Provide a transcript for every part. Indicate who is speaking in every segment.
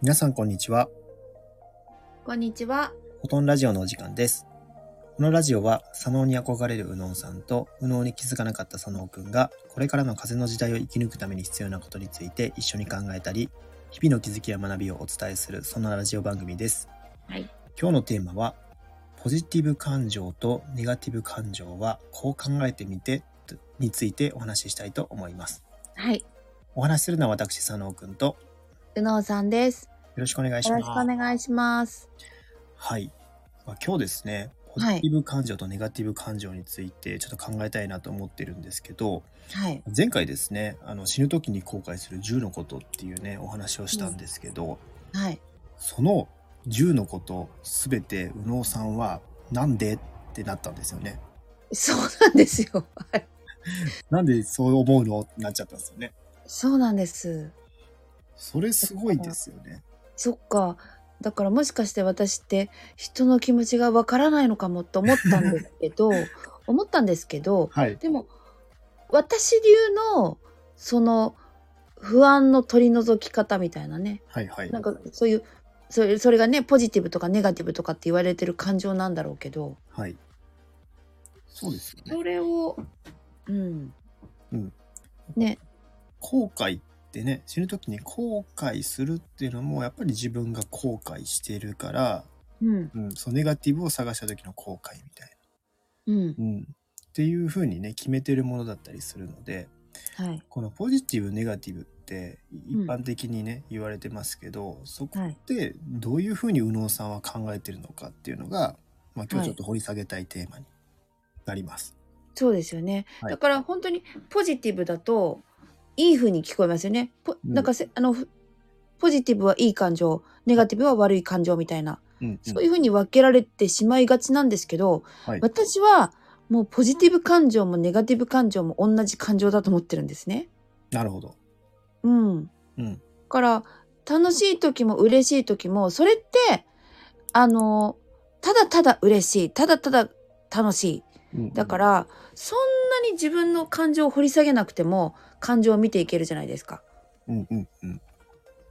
Speaker 1: 皆さんこんにちは。
Speaker 2: こんにちは。
Speaker 1: フォトンラジオのお時間です。このラジオは、左脳に憧れる右脳さんと、右脳に気づかなかった左脳くんが、これからの風の時代を生き抜くために必要なことについて一緒に考えたり、日々の気づきや学びをお伝えする、そんなラジオ番組です。
Speaker 2: はい。
Speaker 1: 今日のテーマは、ポジティブ感情とネガティブ感情はこう考えてみて、とについてお話ししたいと思います。
Speaker 2: はい。
Speaker 1: お話しするのは私、佐野くんと、よ
Speaker 2: うのうさんです。
Speaker 1: ろしくお願いし
Speaker 2: よ
Speaker 1: ま
Speaker 2: ろ
Speaker 1: す。
Speaker 2: しくお願いします。
Speaker 1: はい。まあ、今日ですね、ポジ
Speaker 2: はい
Speaker 1: ティブ感情とネガティブ感情についてちょっと考えたいなと思ってるんですけど、
Speaker 2: はい。
Speaker 1: 前回ですね、あの死ぬ時に後悔する10のことっていうね、お話をしたんですけど、
Speaker 2: はい。
Speaker 1: その10のことすべて右脳さんはなんでってなったんですよね。
Speaker 2: そうなんですよ。はい。
Speaker 1: なんでそう思うのってなっちゃったんですよね。
Speaker 2: そうなんです。
Speaker 1: それすごいですよね。
Speaker 2: そっか。だからもしかして私って人の気持ちがわからないのかもと思ったんですけ ど、思ったんですけど、
Speaker 1: はい。
Speaker 2: でも私流のその不安の取り除き方みたいなね、
Speaker 1: はいはい。
Speaker 2: なんかそういうそれそれがねポジティブとかネガティブとかって言われてる感情なんだろうけど
Speaker 1: はい。そうですよね。
Speaker 2: それをうん、
Speaker 1: うん
Speaker 2: ね
Speaker 1: 後悔ってね死ぬ時に後悔するっていうのもやっぱり自分が後悔してるから、
Speaker 2: うん
Speaker 1: うん、そのネガティブを探した時の後悔みたい
Speaker 2: うん
Speaker 1: な、うん、っていう風にね決めてるものだったりするので
Speaker 2: はい
Speaker 1: このポジティブネガティブって一
Speaker 2: うん
Speaker 1: 般的にね、言われてますけどそこ
Speaker 2: はい
Speaker 1: ってどういう風に右脳さんは考えてるのかっていうのが、まあ、今日ちょっと掘り下げたいテーマになります。
Speaker 2: そうですよね、
Speaker 1: はい
Speaker 2: だから本当にポジティブだといい風に聞こえますよねポ
Speaker 1: うん
Speaker 2: なんかせ、あのふポジティブはいい感情ネガティブは悪い感情みたいな
Speaker 1: うんうん
Speaker 2: そういう風に分けられてしまいがちなんですけど、
Speaker 1: はい
Speaker 2: 私はもうポジティブ感情もネガティブ感情も同じ感情だと思ってるんですね。
Speaker 1: なるほど。
Speaker 2: うん、
Speaker 1: うん、
Speaker 2: だから楽しい時も嬉しい時もそれってあのただただ嬉しいただただ楽しい
Speaker 1: うん
Speaker 2: だからそんなに自分の感情を掘り下げなくても感情を見ていけるじゃないですか。
Speaker 1: うんうんうん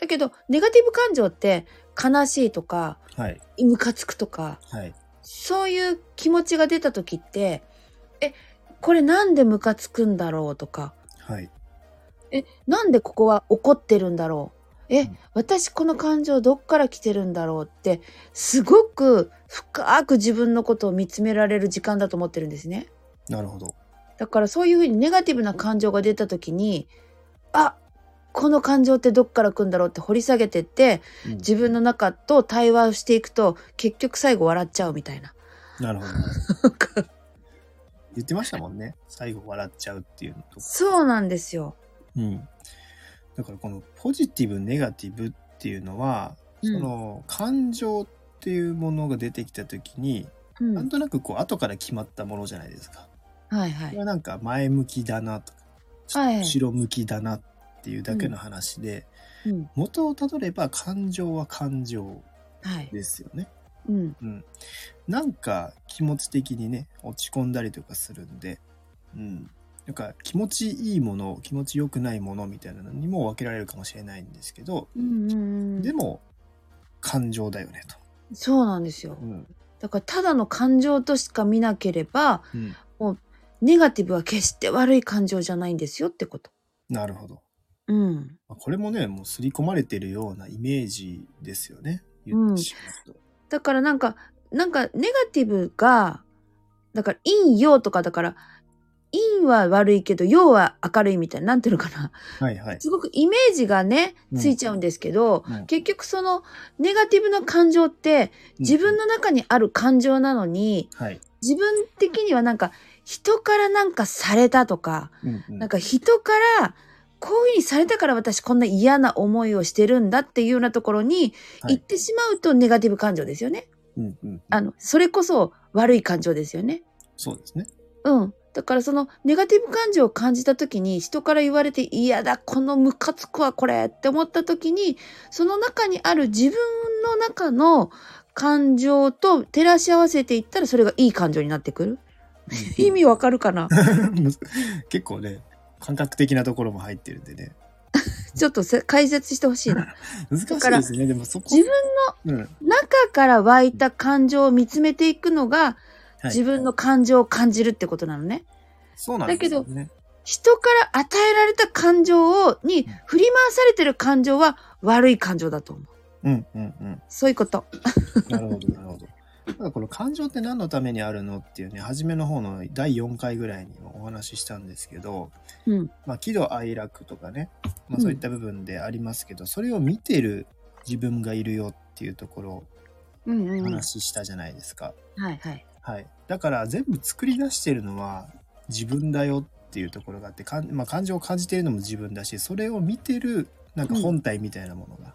Speaker 2: だけどネガティブ感情って悲しいとか
Speaker 1: はい
Speaker 2: ムカつくとか
Speaker 1: はい
Speaker 2: そういう気持ちが出た時ってえこれなんでムカつくんだろうとか
Speaker 1: はい
Speaker 2: えなんでここは怒ってるんだろうえ、
Speaker 1: うん
Speaker 2: 私この感情どっから来てるんだろうってすごく深く自分のことを見つめられる時間だと思ってるんですね
Speaker 1: なるほど。
Speaker 2: だからそういうふうにネガティブな感情が出た時にあこの感情ってどっから来るんだろうって掘り下げてって
Speaker 1: うん
Speaker 2: 自分の中と対話をしていくと結局最後笑っちゃうみたいな。
Speaker 1: なるほど。言ってましたもんね。最後笑っちゃうっていうのと。
Speaker 2: そうなんですよ。
Speaker 1: うん。だからこのポジティブ、ネガティブっていうのは、
Speaker 2: うん
Speaker 1: その感情っていうものが出てきた時に、
Speaker 2: うん
Speaker 1: なんとなくこう後から決まったものじゃないですか。
Speaker 2: はい
Speaker 1: こ
Speaker 2: は
Speaker 1: れ
Speaker 2: い。
Speaker 1: はなんか前向きだなとか、
Speaker 2: はい
Speaker 1: 後ろ向きだなっていうだけの話で、
Speaker 2: うん、
Speaker 1: 元をたどれば感情は感情
Speaker 2: はい。
Speaker 1: ですよね。
Speaker 2: うん、
Speaker 1: うん、なんか気持ち的にね落ち込んだりとかするんで、うん、なんか気持ちいいもの気持ちよくないものみたいなのにも分けられるかもしれないんですけど、
Speaker 2: うん、うん
Speaker 1: で。も感情だよねと。
Speaker 2: そうなんですよ。
Speaker 1: うん
Speaker 2: だからただの感情としか見なければ
Speaker 1: うん、
Speaker 2: ネガティブは決して悪い感情じゃないんですよってこと。
Speaker 1: なるほど。
Speaker 2: うん。
Speaker 1: まあこれもねもう刷り込まれてるようなイメージですよね言ってしまうと。
Speaker 2: だからなんかなんかネガティブがだから陰陽とかだから陰は悪いけど陽は明るいみたいななんていうのかな
Speaker 1: はいはい。
Speaker 2: すごくイメージがね
Speaker 1: うん
Speaker 2: ついちゃうんですけど、
Speaker 1: うん
Speaker 2: 結局そのネガティブな感情って自分
Speaker 1: の、
Speaker 2: の中にある感情なのに
Speaker 1: はい
Speaker 2: 自分的にはなんか人からなんかされたとか
Speaker 1: うんうん
Speaker 2: なんか人からこういうふうにされたから私こんな嫌な思いをしてるんだっていうようなところに
Speaker 1: はい
Speaker 2: 行ってしまうとネガティブ感情ですよね。
Speaker 1: うんうんうん
Speaker 2: あの、それこそ悪い感情ですよね。
Speaker 1: そうですね。
Speaker 2: うん。だからそのネガティブ感情を感じた時に人から言われて嫌だ、このムカつくわ、これって思った時にその中にある自分の中の感情と照らし合わせていったらそれがいい感情になってくる。
Speaker 1: うんうん
Speaker 2: 意味わかるかな
Speaker 1: 結構ね感覚的なところも入ってるんでね
Speaker 2: ちょっとせ解説してほしいな。
Speaker 1: 難しいですね。でもそこ。
Speaker 2: 自分
Speaker 1: 分、うん
Speaker 2: 中から湧いた感情を見つめていくのが、
Speaker 1: はい
Speaker 2: 自分の感情を感じるってことなのね。
Speaker 1: そうなんですよね。
Speaker 2: 人から与えられた感情をに振り回されてる感情は悪い感情だと思う。
Speaker 1: うんうんうん。
Speaker 2: そういうこと。
Speaker 1: なるほど、なるほど。ただこの感情って何のためにあるのっていうね、初めの方の第4回ぐらいにもお話ししたんですけど、
Speaker 2: うん。
Speaker 1: まあ、喜怒哀楽とかね、まあ、そういった部分でありますけど、それを見てる自分がいるよっていうところを
Speaker 2: うんうん、うん。はい
Speaker 1: 話したじゃないですか。
Speaker 2: はい。
Speaker 1: はい。だから全部作り出してるのは自分だよっていうところがあって、かんまあ、感情を感じているのも自分だし、それを見てるなんか本体みたいなものが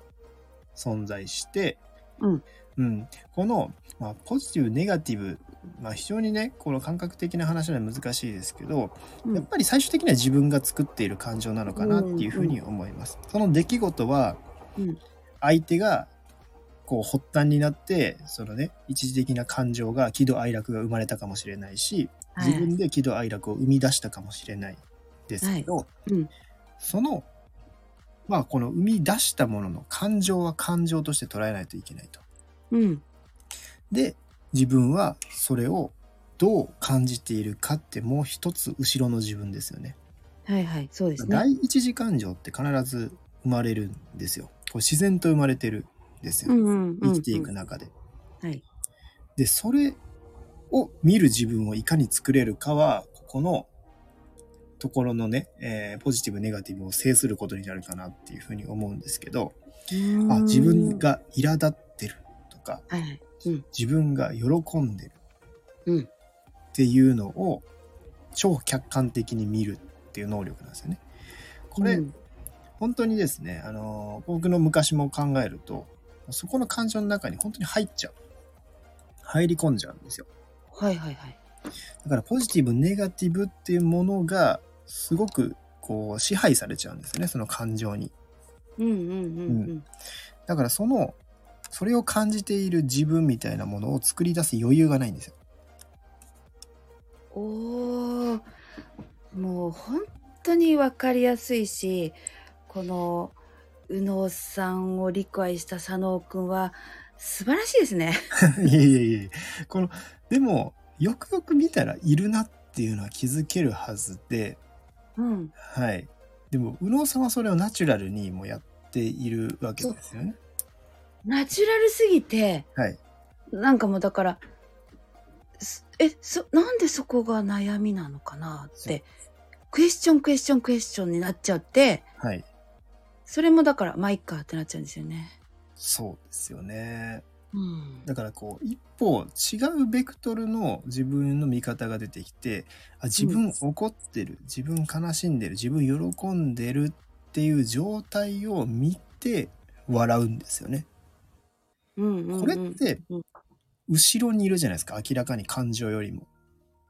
Speaker 1: 存在して、
Speaker 2: うん
Speaker 1: うんこの、まあ、ポジティブ、ネガティブ、まあ、非常にね、この感覚的な話は難しいですけど、
Speaker 2: うん
Speaker 1: やっぱり最終的には自分が作っている感情なのかなっていうふうに思います。その出来事は
Speaker 2: うん
Speaker 1: 相手がこう発端になってそのね一時的な感情が喜怒哀楽が生まれたかもしれないし
Speaker 2: はい
Speaker 1: 自分で喜怒哀楽を生み出したかもしれないですけど、
Speaker 2: うん
Speaker 1: そのまあこの生み出したものの感情は感情として捉えないといけないと。
Speaker 2: うん。
Speaker 1: で自分はそれをどう感じているかってもう一つ後ろの自分ですよね。
Speaker 2: はいはい。そうですね。
Speaker 1: 第一次感情って必ず生まれるんですよ。こう自然と生まれてるんですよ。
Speaker 2: んうんう
Speaker 1: 生
Speaker 2: ん
Speaker 1: きていく。中で。
Speaker 2: はい。
Speaker 1: で、それを見る自分をいかに作れるかは、ここのところのね、えーポジティブ、ネガティブを制することになるかなっていうふうに思うんですけど、あ、自分。が苛立ってるとか、
Speaker 2: はいはい。
Speaker 1: 自分が喜んでる
Speaker 2: うん
Speaker 1: っていうのを超客観的に見るっていう能力なんですよね。これ、
Speaker 2: うん
Speaker 1: 本当にですね、あのー僕の昔も考えると、そこの感情の中に本当に入っちゃう。入り込んじゃうんですよ。
Speaker 2: はいはいはい。
Speaker 1: だからポジティブ、ネガティブっていうものが、すごくこう支配されちゃうんですよね、その感情に。
Speaker 2: うんうんうんうん。
Speaker 1: だからその、それを感じている自分みたいなものを作り出す余裕がないんですよ。
Speaker 2: おーもう本当に分かりやすいしこの右脳さんを理解した佐野くんは素晴らしいですね。
Speaker 1: いえいえいえ。この、でも、よくよく見たらいるなっていうのは気づけるはずで、
Speaker 2: うん、
Speaker 1: はい。でも、右脳さんはそれをナチュラルにもやっているわけですよね。
Speaker 2: ナチュラルすぎて
Speaker 1: はい。
Speaker 2: なんかもうだからすえそなんでそこが悩みなのかなってクエスチョンクエスチョンクエスチョンになっちゃって
Speaker 1: はい。
Speaker 2: それもだからまあいっかってなっちゃうんですよね。
Speaker 1: そうですよね。
Speaker 2: うん
Speaker 1: だからこう、一歩違うベクトルの自分の見方が出てきて、あ、自分怒ってる、自分悲しんでる、自分喜んでるっていう状態を見て笑うんですよね。
Speaker 2: うんうんうん、
Speaker 1: これって
Speaker 2: うん、
Speaker 1: 後ろにいるじゃないですか、明らかに感情よりも。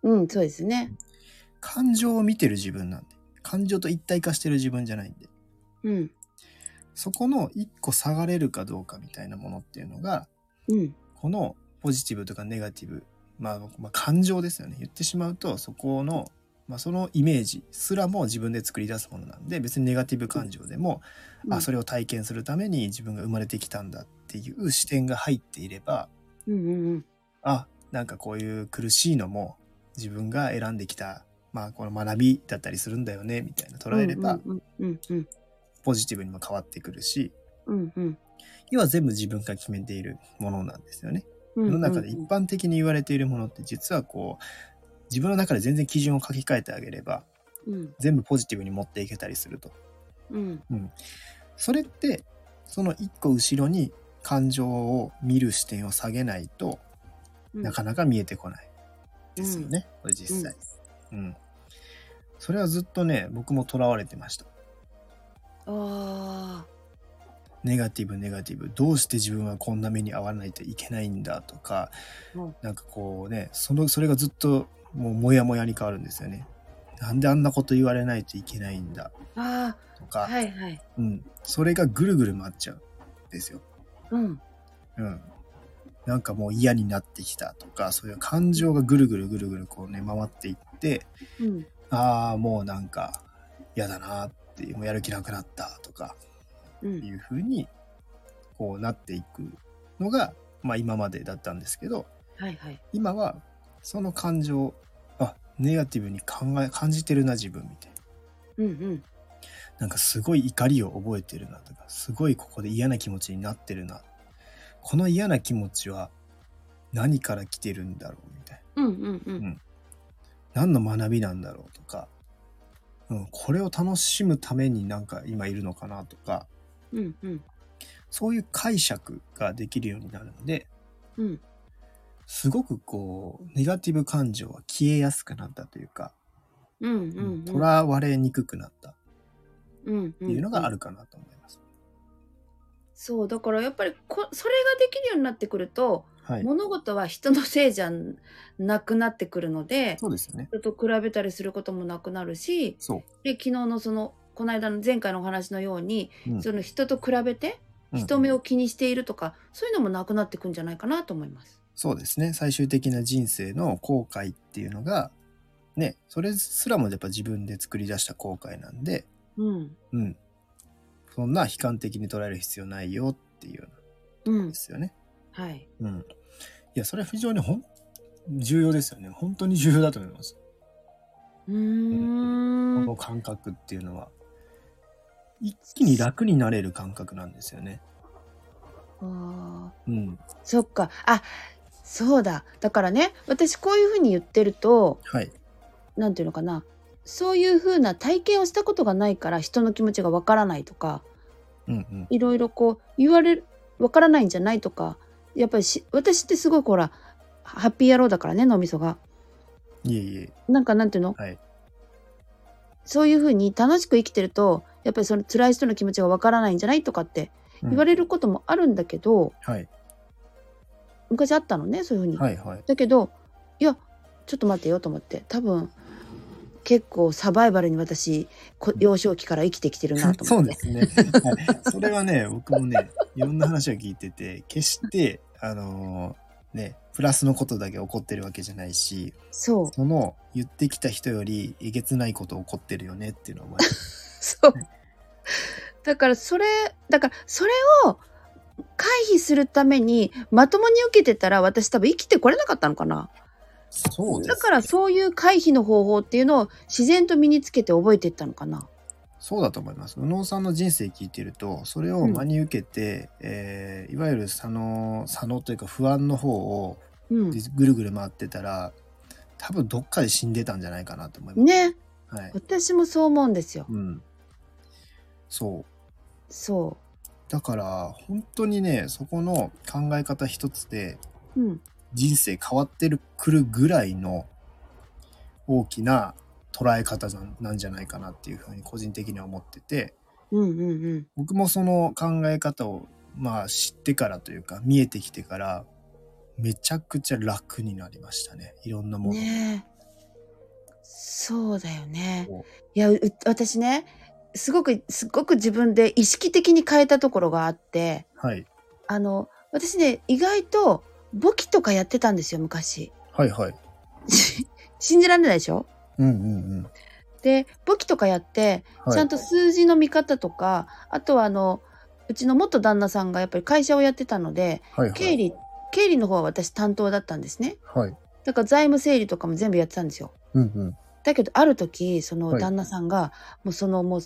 Speaker 2: うん、そうですね。
Speaker 1: 感情を見てる自分なんで。感情と一体化してる自分じゃないんで。
Speaker 2: うん、
Speaker 1: そこの一個下がれるかどうかみたいなものっていうのが、
Speaker 2: うん、
Speaker 1: このポジティブとかネガティブ、まあ、まあ感情ですよね。言ってしまうと、そこの、まあ、そのイメージすらも自分で作り出すものなんで、別にネガティブ感情でも、あ、それを体験するために自分が生まれてきたんだっていう視点が入っていれば、
Speaker 2: うん、うん、うん、うん、
Speaker 1: あ、なんかこういう苦しいのも自分が選んできた、まあ、この学びだったりするんだよね、みたいな捉えれば、
Speaker 2: うんうんうん
Speaker 1: ポジティブにも変わってくるし、
Speaker 2: うんうん
Speaker 1: 要は全部自分が決めているものなんですよね。
Speaker 2: うん
Speaker 1: 世の中で一般的に言われているものって実はこう自分の中で全然基準を書き換えてあげれば
Speaker 2: うん
Speaker 1: 全部ポジティブに持っていけたりすると
Speaker 2: うん
Speaker 1: それってその一個後ろに感情を見る視点を下げないと
Speaker 2: うん
Speaker 1: なかなか見えてこないですよね、これ実際うん、それはずっとね僕も囚われてました
Speaker 2: あ
Speaker 1: ネガティブネガティブどうして自分はこんな目に遭わないといけないんだとか、
Speaker 2: うん
Speaker 1: なんかこうねそのそれがずっともうモヤモヤに変わるんですよねなんであんなこと言われないといけないんだ
Speaker 2: ーあ
Speaker 1: と
Speaker 2: ー
Speaker 1: か、
Speaker 2: はいはい
Speaker 1: うん、それがぐるぐる回っちゃうんですよ、
Speaker 2: うん
Speaker 1: うん、なんかもう嫌になってきたとかそういう感情がぐるぐるぐるぐるこうね回っていって
Speaker 2: うん
Speaker 1: ああもうなんか嫌だなってっていう、もうやる気なくなったとか、
Speaker 2: う
Speaker 1: って
Speaker 2: ん
Speaker 1: いう風に、こうなっていくのが、まあ今までだったんですけど、
Speaker 2: はいはい。
Speaker 1: 今は、その感情、あ、ネガティブに考え、感じてるな、自分、みたいな。
Speaker 2: うんうん。
Speaker 1: なんかすごい怒りを覚えてるなとか、すごいここで嫌な気持ちになってるな。この嫌な気持ちは何から来てるんだろうみたい
Speaker 2: うんうんう
Speaker 1: うん
Speaker 2: ん。
Speaker 1: な。何の学びなんだろうとか、うん、これを楽しむためになんか今いるのかなとか、
Speaker 2: うんうん。
Speaker 1: そういう解釈ができるようになるので、
Speaker 2: うん。
Speaker 1: すごくこう、ネガティブ感情は消えやすくなったというか、
Speaker 2: うんう
Speaker 1: う
Speaker 2: んうん。
Speaker 1: んとらわれにくくなったっ
Speaker 2: うんって
Speaker 1: ていうのがあるかなと思います。
Speaker 2: そうだからやっぱりこそれができるようになってくると、
Speaker 1: はい。
Speaker 2: 物事は人のせいじゃなくなってくるので
Speaker 1: そうですよね。
Speaker 2: 人と比べたりすることもなくなるし
Speaker 1: そ
Speaker 2: で昨日のそのこの間の前回のお話のように、
Speaker 1: う。うん
Speaker 2: その人と比べて
Speaker 1: うん
Speaker 2: 人目を気にしているとか、そういうのもなくなってくんじゃないかなと思います。
Speaker 1: そうですね。最終的な人生の後悔っていうのが、ね、それすらもやっぱ自分で作り出した後悔なんで、
Speaker 2: うん、
Speaker 1: うん。そんな悲観的に捉える必要ないよっていう
Speaker 2: うんん
Speaker 1: で、すよね。
Speaker 2: はい、
Speaker 1: うん。いや、それは非常にほん、重要ですよね。本当に重要だと思います。
Speaker 2: うー
Speaker 1: こ
Speaker 2: ん
Speaker 1: の感覚っていうのは。一気に楽になれる感覚なんですよね。
Speaker 2: あ
Speaker 1: う
Speaker 2: ー
Speaker 1: ん。
Speaker 2: そっかあそうだだからね私こういうふうに言ってると
Speaker 1: はい。
Speaker 2: なんていうのかなそういうふうな体験をしたことがないから人の気持ちがわからないとか
Speaker 1: うんうん。
Speaker 2: いろいろこう言われるわからないんじゃないとかやっぱりし私ってすごいほらハッピー野郎だからね脳みそが。
Speaker 1: いえいえ。
Speaker 2: なんかなんていうの、
Speaker 1: はい
Speaker 2: そういうふうに楽しく生きてるとやっぱりその辛い人の気持ちがわからないんじゃないとかって
Speaker 1: うん
Speaker 2: 言われることもあるんだけど、
Speaker 1: はい。
Speaker 2: 昔あったのねそういうふうに。
Speaker 1: はいはい。
Speaker 2: だけどいやちょっと待ってよと思って多分結構サバイバルに私こ幼少期から生きてきてるなと
Speaker 1: そ
Speaker 2: 思
Speaker 1: う
Speaker 2: っ
Speaker 1: で
Speaker 2: て。
Speaker 1: すね。はいそれはね、僕もね、いろんな話を聞いてて、決して、あのーね、プラスのことだけ起こってるわけじゃないし、
Speaker 2: そう
Speaker 1: その言ってきた人よりえげつないこと起こってるよねっていうのは思い ます。
Speaker 2: そう。だからそれ、だからそれを回避するためにまともに受けてたら私多分生きてこれなかったのかな。
Speaker 1: そうで
Speaker 2: だ
Speaker 1: す。
Speaker 2: からそういう回避の方法っていうのを自然と身につけて覚えていったのかな。
Speaker 1: そうだと思います。宇野さんの人生聞いてると、それを真に受けて、えーいわゆる佐野、佐野というか不安の方を
Speaker 2: うん。
Speaker 1: ぐるぐる回ってたら、多分どっかで死んでたんじゃないかなと思います。
Speaker 2: ね。
Speaker 1: はい。
Speaker 2: 私もそう思うんですよ。
Speaker 1: うん。そう。
Speaker 2: そ
Speaker 1: だから本当にねそこの考え方一つで
Speaker 2: う。うん。
Speaker 1: 人生変わってるくるぐらいの大きな捉え方なんなんじゃないかなっていうふうに個人的には思ってて
Speaker 2: うんうんうん。
Speaker 1: 僕もその考え方をまあ知ってからというか見えてきてからめちゃくちゃ楽になりましたねいろんなもの、
Speaker 2: ねえそうだよね
Speaker 1: そう。
Speaker 2: いや、う私ね、すごく、すごく自分で意識的に変えたところがあって。
Speaker 1: はい、
Speaker 2: あの、私ね、意外と簿記とかやってたんですよ、昔。
Speaker 1: はいはい
Speaker 2: し信じられないでしょ
Speaker 1: うんうんうん
Speaker 2: で、簿記とかやって、
Speaker 1: はい
Speaker 2: ちゃんと数字の見方とか、あとはあの、うちの元旦那さんがやっぱり会社をやってたので、
Speaker 1: はいはい
Speaker 2: 経理、経理の方は私担当だったんですね。
Speaker 1: はい
Speaker 2: だから財務整理とかも全部やってたんですよ。
Speaker 1: うんうん
Speaker 2: だけど、ある時、そ
Speaker 1: は
Speaker 2: の
Speaker 1: い
Speaker 2: 旦那さんが、もうそのもう、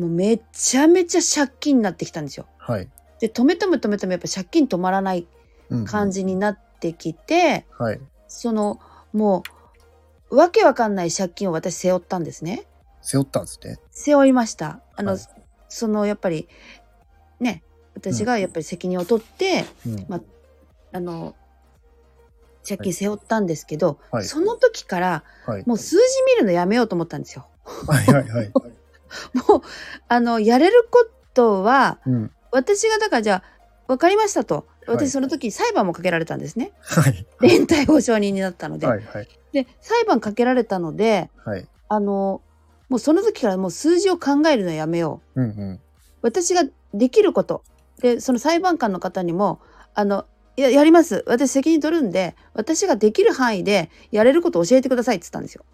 Speaker 2: もうめちゃめちゃ借金になってきたんですよ。
Speaker 1: はい
Speaker 2: で、止めても止めてもやっぱ借金止まらない
Speaker 1: うんうん
Speaker 2: 感じになってきて、
Speaker 1: はい
Speaker 2: そのもうわけわかんない借金を私背負ったんですね。
Speaker 1: 背負ったんですね
Speaker 2: 背負いました。あの、
Speaker 1: はい
Speaker 2: そのやっぱりね私がやっぱり責任を取って、
Speaker 1: うん
Speaker 2: まあの借金背負ったんですけど、
Speaker 1: はい
Speaker 2: その時から
Speaker 1: はい
Speaker 2: もう数字見るのやめようと思ったんですよ。
Speaker 1: はいはいはい
Speaker 2: もうあのやれることは
Speaker 1: うん
Speaker 2: 私がだからじゃあ分かりましたと
Speaker 1: はい
Speaker 2: 私その時裁判もかけられたんですね。
Speaker 1: はい
Speaker 2: 連帯保証人になったの で。
Speaker 1: はいはい
Speaker 2: で裁判かけられたので、
Speaker 1: はい。
Speaker 2: あの、もうその時からもう数字を考えるのやめよう。
Speaker 1: うんうん。
Speaker 2: 私ができること。で、その裁判官の方にも、あの、ややります私責任取るんで私ができる範囲でやれることを教えてくださいっつったん ですよ。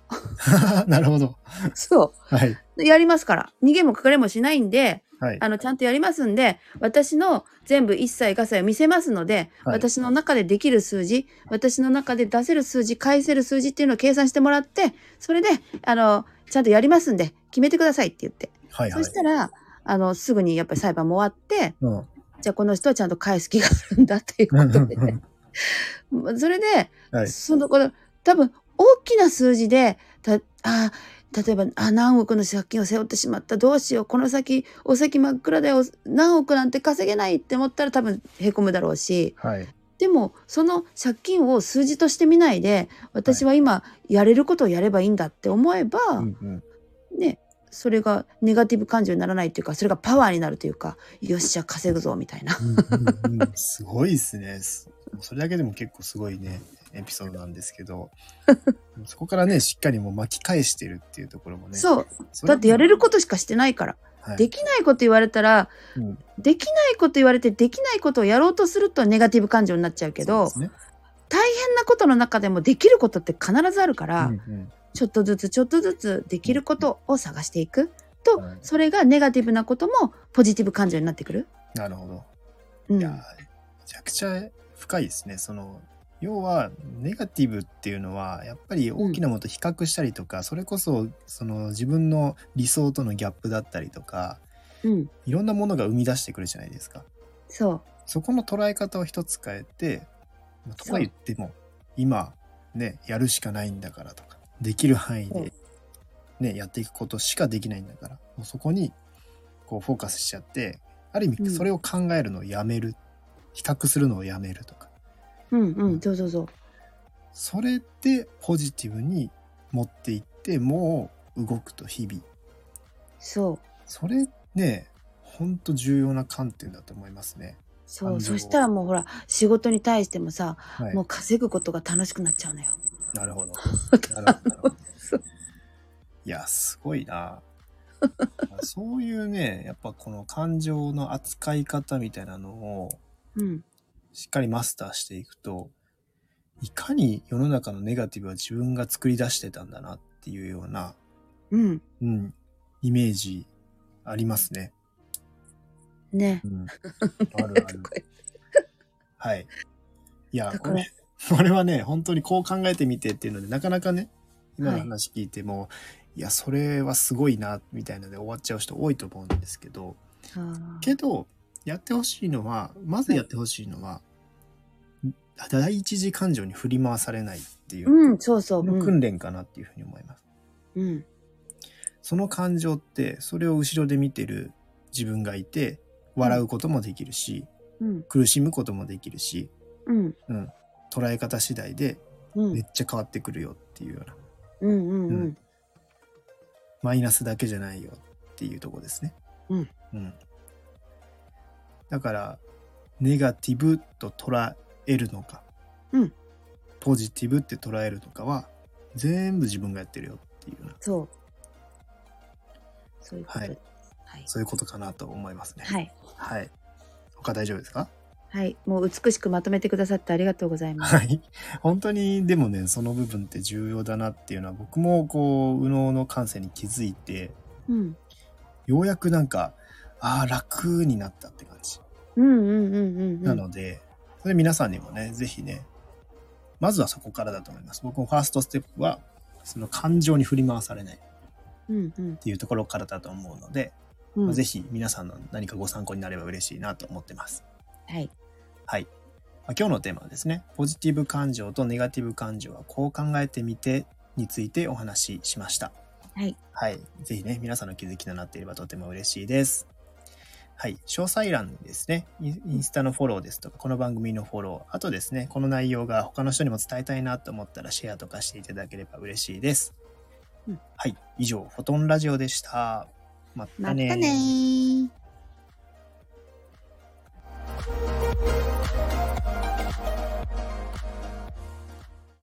Speaker 1: なるほど。
Speaker 2: そ
Speaker 1: はい。
Speaker 2: うやりますから逃げも隠れもしないんで
Speaker 1: はい。
Speaker 2: あのちゃんとやりますんで私の全部一切合切を見せますので、
Speaker 1: はい
Speaker 2: 私の中でできる数字私の中で出せる数字返せる数字っていうのを計算してもらってそれであのちゃんとやりますんで決めてくださいって言って、
Speaker 1: はいは
Speaker 2: そ
Speaker 1: い
Speaker 2: し。たらあのすぐにやっぱり裁判も終わって
Speaker 1: うん。うん
Speaker 2: じゃあこの人はちゃんと返す気があるんだっていう
Speaker 1: う
Speaker 2: こと
Speaker 1: ん
Speaker 2: で、
Speaker 1: うん
Speaker 2: それで
Speaker 1: はい。
Speaker 2: そのこの多分大きな数字でたあー例えばあ何億の借金を背負ってしまったどうしようこの先お先真っ暗だよ何億なんて稼げないって思ったら多分へこむだろうし
Speaker 1: はい。
Speaker 2: でもその借金を数字として見ないで私は今やれることをやればいいんだって思えば、
Speaker 1: うんうん
Speaker 2: ねそれがネガティブ感情にならないっていうかそれがパワーになるというかよっしゃ稼ぐぞみたいな。
Speaker 1: うんうんうんすごいですね。すそれだけでも結構すごいね、エピソードなんですけ ど、そこからね、しっかりもう巻き返してるっていうところもね。
Speaker 2: そう
Speaker 1: そ
Speaker 2: だ
Speaker 1: は
Speaker 2: ってやれることしかしてないから。
Speaker 1: はい
Speaker 2: できないこと言われたら、
Speaker 1: うん
Speaker 2: できないこと言われてできないことをやろうとするとネガティブ感情になっちゃうけど
Speaker 1: そうですね
Speaker 2: 大変なことの中でもできることって必ずあるから、
Speaker 1: うん
Speaker 2: ちょっとずつちょっとずつできることを探していくと、
Speaker 1: はい
Speaker 2: それがネガティブなこともポジティブ感情になってくる。
Speaker 1: うんなるほど。
Speaker 2: う
Speaker 1: い
Speaker 2: ん、
Speaker 1: やー、めちゃくちゃ深いですね。その要はネガティブっていうのはやっぱり大きなものと比較したりとか、それこそその自分の理想とのギャップだったりとか
Speaker 2: うん、
Speaker 1: いろんなものが生み出してくるじゃないですか。
Speaker 2: そう
Speaker 1: そこの捉え方を一つ変えて、まあとは言っても今ねやるしかないんだからとかできる範囲
Speaker 2: うん
Speaker 1: で、ね、やっていくことしかできないんだからもうそこにこうフォーカスしちゃってある意
Speaker 2: うん
Speaker 1: 味それを考えるのをやめる、比較するのをやめるとか
Speaker 2: うんうんそうそうそう
Speaker 1: それでポジティブに持っていってもう動くと日々
Speaker 2: そう
Speaker 1: それねほんと重要な観点だと思いますね。
Speaker 2: そ
Speaker 1: 感
Speaker 2: う
Speaker 1: 情
Speaker 2: そしたらもうほら仕事に対してもさ、
Speaker 1: はい
Speaker 2: もう稼ぐことが楽しくなっちゃうのよ。
Speaker 1: なるほど。なるほどなるほど。いや、すごいな。そういうね、やっぱこの感情の扱い方みたいなのを
Speaker 2: うん、
Speaker 1: しっかりマスターしていくと、いかに世の中のネガティブは自分が作り出してたんだなっていうような、
Speaker 2: うん、
Speaker 1: うん、イメージありますね。
Speaker 2: ね。
Speaker 1: うん、あるある。はい。いや
Speaker 2: だ、
Speaker 1: こ
Speaker 2: か ら
Speaker 1: れ、これはね、本当にこう考えてみてっていうので、なかなかね、今の話聞いても、い、や、それはすごいな、みたいなので終わっちゃう人多いと思うんですけど、
Speaker 2: あー
Speaker 1: けど、やってほしいのは、まずやってほしいのは、第一次感情に振り回されないっていう、
Speaker 2: うん、そうそう。
Speaker 1: こ
Speaker 2: う
Speaker 1: の
Speaker 2: ん
Speaker 1: 訓練かなっていうふうに思います。
Speaker 2: うん、
Speaker 1: その感情って、それを後ろで見てる自分がいて、笑うこともできるし、
Speaker 2: うん、
Speaker 1: 苦しむこともできるし、
Speaker 2: うん、
Speaker 1: うん、捉え方次第で
Speaker 2: う
Speaker 1: めっ
Speaker 2: ん、
Speaker 1: ちゃ変わってくるよっていうような、
Speaker 2: うん、うん、う
Speaker 1: うんん、マイナスだけじゃないよっていうとこですね。
Speaker 2: うん
Speaker 1: だからネガティブと捉えるのか、
Speaker 2: うん
Speaker 1: ポジティブって捉えるのかは全部自分がやってるよっていうような
Speaker 2: そう。そういうこと。は
Speaker 1: はいい。そういうことかなと思いますね。
Speaker 2: はい。
Speaker 1: はい、他大丈夫ですか
Speaker 2: はい。もう美しくまとめてくださってありがとうございます。
Speaker 1: はい。本当に、でもね、その部分って重要だなっていうのは、僕もこう、右脳の感性に気づいて、
Speaker 2: うん。
Speaker 1: ようやくなんか、ああ、楽になったって感じ。
Speaker 2: うん、うん、うん、うん。
Speaker 1: なので、それ皆さんにもね、ぜひね、まずはそこからだと思います。僕もファーストステップは、その感情に振り回されないっ
Speaker 2: うん、うん、
Speaker 1: ていうところからだと思うので、
Speaker 2: う
Speaker 1: まあ
Speaker 2: ん。
Speaker 1: ぜひ皆さんの何かご参考になれば嬉しいなと思ってます。
Speaker 2: はい。
Speaker 1: はい。まあ今日のテーマはですね、ポジティブ感情とネガティブ感情はこう考えてみてについてお話ししました。
Speaker 2: はい。
Speaker 1: はい。ぜひね、皆さんの気づきとなっていればとても嬉しいです。はい。詳細欄にですね、インインスタのフォローですとか、この番組のフォロー、あとですね、この内容が他の人にも伝えたいなと思ったらシェアとかしていただければ嬉しいです。
Speaker 2: うん
Speaker 1: はい。以上、フォトンラジオでした。また
Speaker 2: また
Speaker 1: ね
Speaker 2: ねー。